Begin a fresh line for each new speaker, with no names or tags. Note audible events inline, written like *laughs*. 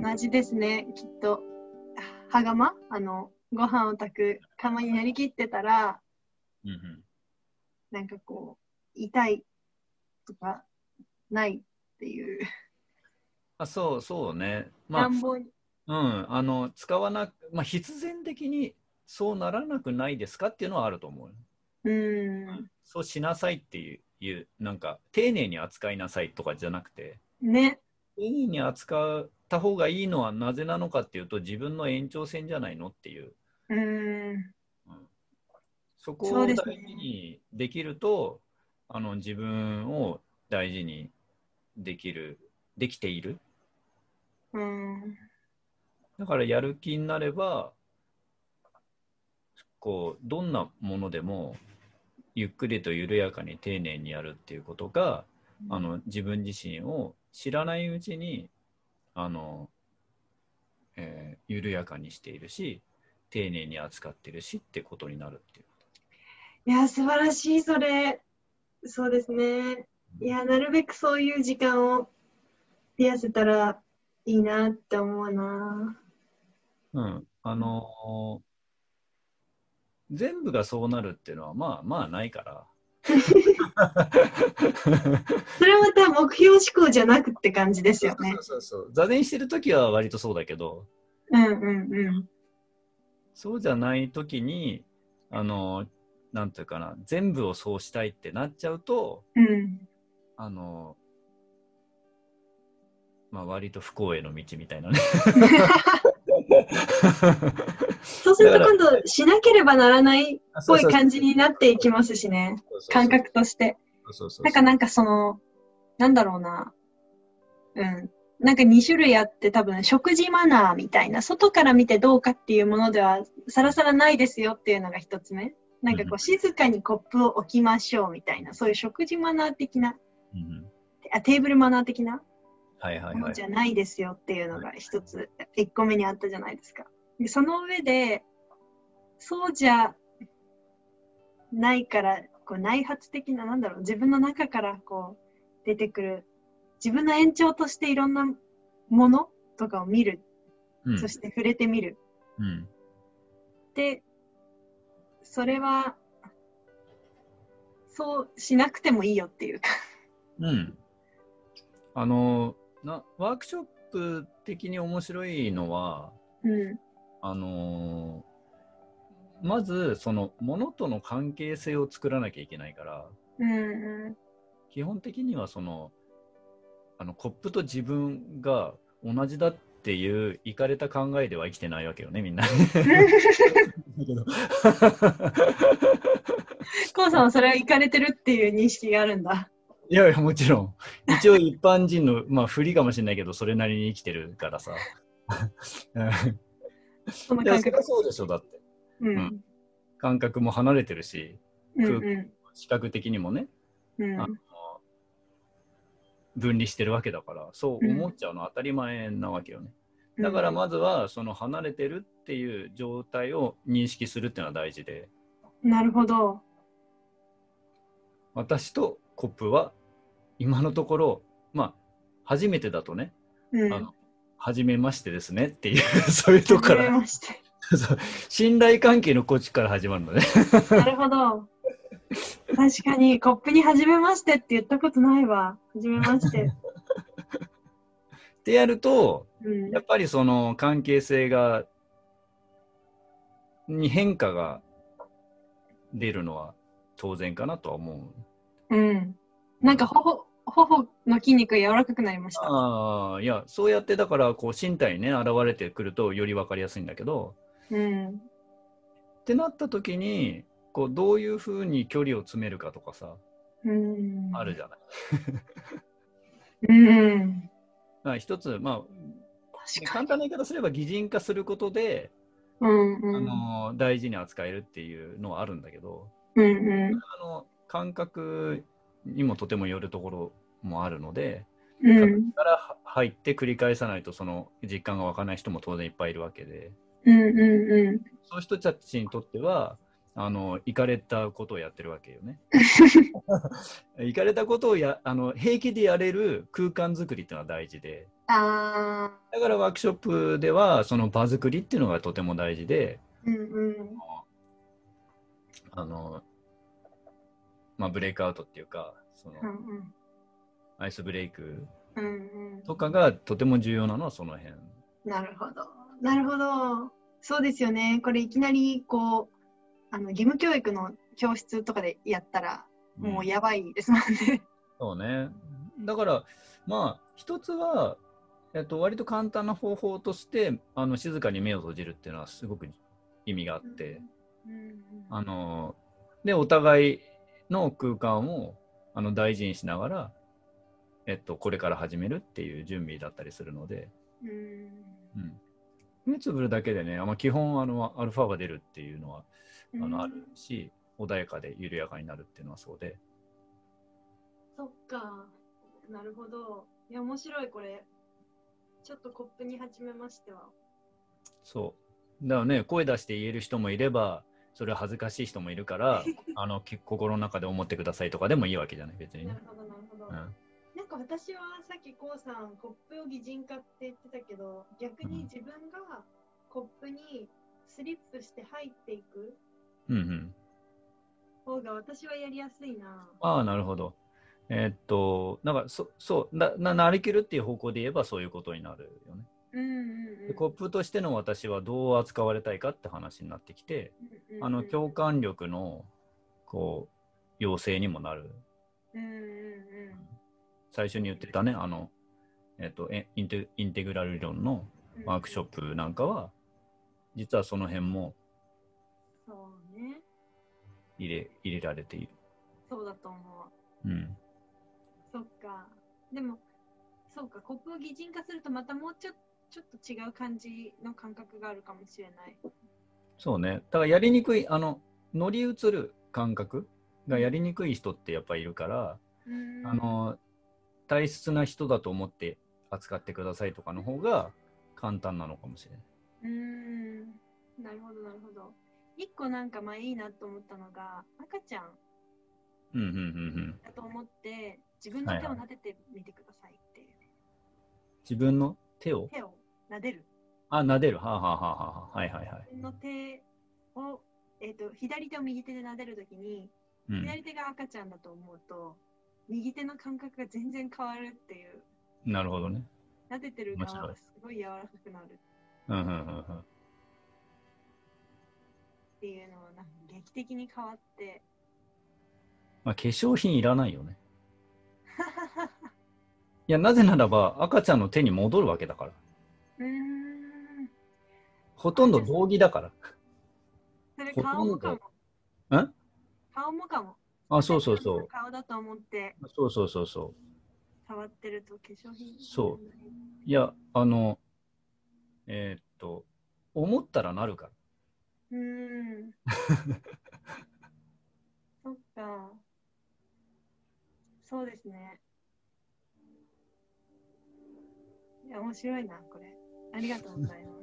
同じですね、きっと。はがまあの、ご飯を炊く釜になりきってたら、
うんうん
なんかこう、痛いとか、ないっていう、
あそうそうね。ま
乱暴に。
あ、うん、あの、使わなく、まあ、必然的にそうならなくないですかっていうのはあると思う。
うん。
そうしなさいっていう、いうなんか、丁寧に扱いなさいとかじゃなくて、
ね。
丁寧に扱った方がいいのはなぜなのかっていうと、自分の延長線じゃないのっていう。
うん。
そこ
そ
を
う
大
です
事
ね
にできると、あの自分を大事にできる、できている。
うん。
だからやる気になれば、こう、どんなものでも、ゆっくりと緩やかに丁寧にやるっていうことが、あの自分自身を知らないうちに、あの、えー緩やかにしているし、丁寧に扱ってるしってことになるっていう。
いや、素晴らしい、それ。そうですね。いや、なるべくそういう時間を増やせたらいいなって思うな。
うん、あのー全部がそうなるっていうのはまあまあないから
それはまた目標志向じゃなくって感じですよね。
そうそう座禅してる時は割とそうだけど
うんうんうん。
そうじゃない時にあのーなんていうかな全部をそうしたいってなっちゃうと *laughs*
うん。
あのーまあ割と不幸への道みたいなね
そうすると今度しなければならないっぽい感じになっていき
ま
ますしね。
す
感覚として。
そうそうそう
なんかなんかその、なんだろうな。うん。なんか2種類あって多分食事マナーみたいな、外から見てどうかっていうものではさらさらないですよっていうのが一つ目。なんか
うんう
こ
ん
う静かにコップを置きましょうみたいな、そういう食事マナー的な、
うんうん
あテーブルマナー的な
はいはい
も
は
の
い
じゃないですよっていうのが一つ、一個目にあったじゃないですか。でその上で、そうじゃないから、こう内発的な、なんだろう、自分の中からこう出てくる、自分の延長としていろんなものとかを見る、
うん
そして触れてみる。
うん
で、それは、そうしなくてもいいよっていうか。
うん。あのな、ワークショップ的に面白いのは、
うん。
あのーまず、その、ものとの関係性を作らなきゃいけないから、
うんう
基本的には、その、あの、コップと自分が同じだっていう、いかれた考えでは生きてないわけよね、みんな。
ん。コウさんはそれは行かれてるっていう認識があるんだ。
いやいや、もちろん。一応一般人の、まあ、不利かもしれないけど、それなりに生きてるからさ。うん
その
いや
感
そりゃ
覚。
そうでしょ、だって。
うん。
感覚も離れてるし
うんう
視覚的にもね
ん。うん
あ分離してるわけだからそう思っちゃうのは当たり前なわけよね、だからまずはその離れてるっていう状態を認識するっていうのは大事で
なるほど。
私とコップは今のところまあ初めてだとね、
うん。
あの初めましてですねっていう *laughs* そういうとこか
はじめ
ら
まして。
そう信頼関係の構築から始まるのね
なるほど。確かに、コップに初めましてって言ったことないわ。初めまし
*laughs*
て。
ってやると
うん
や。っぱりその関係性が、に変化が出るのは当然かなとは思う。
うん。なんか、頬、頬の筋肉が柔らかくなりました。
ああ、いや、そうやってだから、こう、身体にね、現れてくるとより分かりやすいんだけど、
うん。
ってなった時に、こう、どういうふうに距離を詰めるかとかさ、
うん。
あるじゃない。
うん。
だから一つ、まあ、
確かに。
簡単な言い方すれば擬人化することで、
うん
あ
うん。
のー大事に扱えるっていうのはあるんだけど、
うんうん。
あの感覚にもとてもよるところもあるので、
うん。
からは入って繰り返さないとその実感が湧かない人も当然いっぱいいるわけで
うんうんうん。
そういう人たちにとってはあの行かれたことをやってるわけよ
*laughs*
ね。行かれたことをやあの平気でやれる空間作りっていうのは大事で
ああ、
だからワークショップではその場作りっていうのがとても大事で
うんうん。
あの、まあ、ブレイクアウトっていうかその
うんうん。
アイスブレイク
うんう
とかがとても重要なのはその辺。
ん。なるほど。なるほど。そうですよね。これいきなりこう、あの義務教育の教室とかでやったら、もうやばいですもんね。
そうね。だから、まあ、一つは、えっと、割と簡単な方法として、あの静かに目を閉じるっていうのはすごく意味があって、
うんうん
あので、お互いの空間をあの大事にしながら、えっと、これから始めるっていう準備だったりするので、
う
うん、目つぶるだけでね、まあ、基本あの、アルファが出るっていうのはあ
ん。
のあるし、穏やかで緩やかになるっていうのはそうで。
そっか。なるほど。いや、面白い、これ。ちょっとコップに始めましては。
そう。だからね、声出して言える人もいれば、それは恥ずかしい人もいるから、あのき心の中で思ってくださいとかでもいいわけじゃない、別に
な
ね
る。ほど、なるほど。
うん、
なんか私はさっきこうさん、コップを擬人化って言ってたけど、逆
うん
に自分がコップにスリップして入っていく
うん、うん。
方が私はやりやすいな。
ああ、なるほど。えーっと、なんかそ、そうな、な、なりきるっていう方向で言えばそういうことになるよね。
うんうんう
で
ん。
コップとしての私はどう扱われたいかって話になってきて、
うんうんうん
あの、共。感力の、こう、要請にもなる。
うんうんうん
最初に言ってたね、あの、えーっと、えインテインテグラル理論の
うん。
ワークショッ。プなんかは、実はその辺も
そうね。
入れ入れられている。
そうだと思う。
うん、
そっか。でも、そうか、コップを擬人化するとまたもうちょちょっと違う感じの感覚があるかもしれない。
そうね。だからやりにくい、あの、乗り移る感覚がやりにくい人ってやっぱいるから、
うーん
あの、大切な人だと思って扱ってくださいとかの方が簡単なのかもしれない。
うーんなるほど、なるほど。一個なんか前いいなと思ったのが、赤ちゃん
うんうんうんうん。
だと思って、自分の手を撫でてみてくださいっていう、
自分の手を、
手を撫でる。
あ、撫でる。はあ、はあはあはあ、はいはいはい。
自分の手を、えっと左手を右手で撫でるときに、
うん、
左手が赤ちゃんだと思うと、右手の感覚が全然変わるっていう、
なるほどね。
撫でてる
面
側
白
が
い
すごい柔らかくなる。
うんうんうんうん。
っていうのはなんか劇的に変わって
まあ、化粧品いらないよね。いや、なぜならば赤ちゃんの手に戻るわけだから。
*laughs* うーん
ほとんど道着だから。
それ
ほとんど
顔もかも
ん
顔もかも
*laughs* あ、そうそうそ
赤
う。
ちゃんの顔だと思って
そうそうそうそ
触ってると化粧品
そうう。いや、あの、えーっと、思ったらなるから。
うーんそっかそうですねいや面白いなこれありがとうございます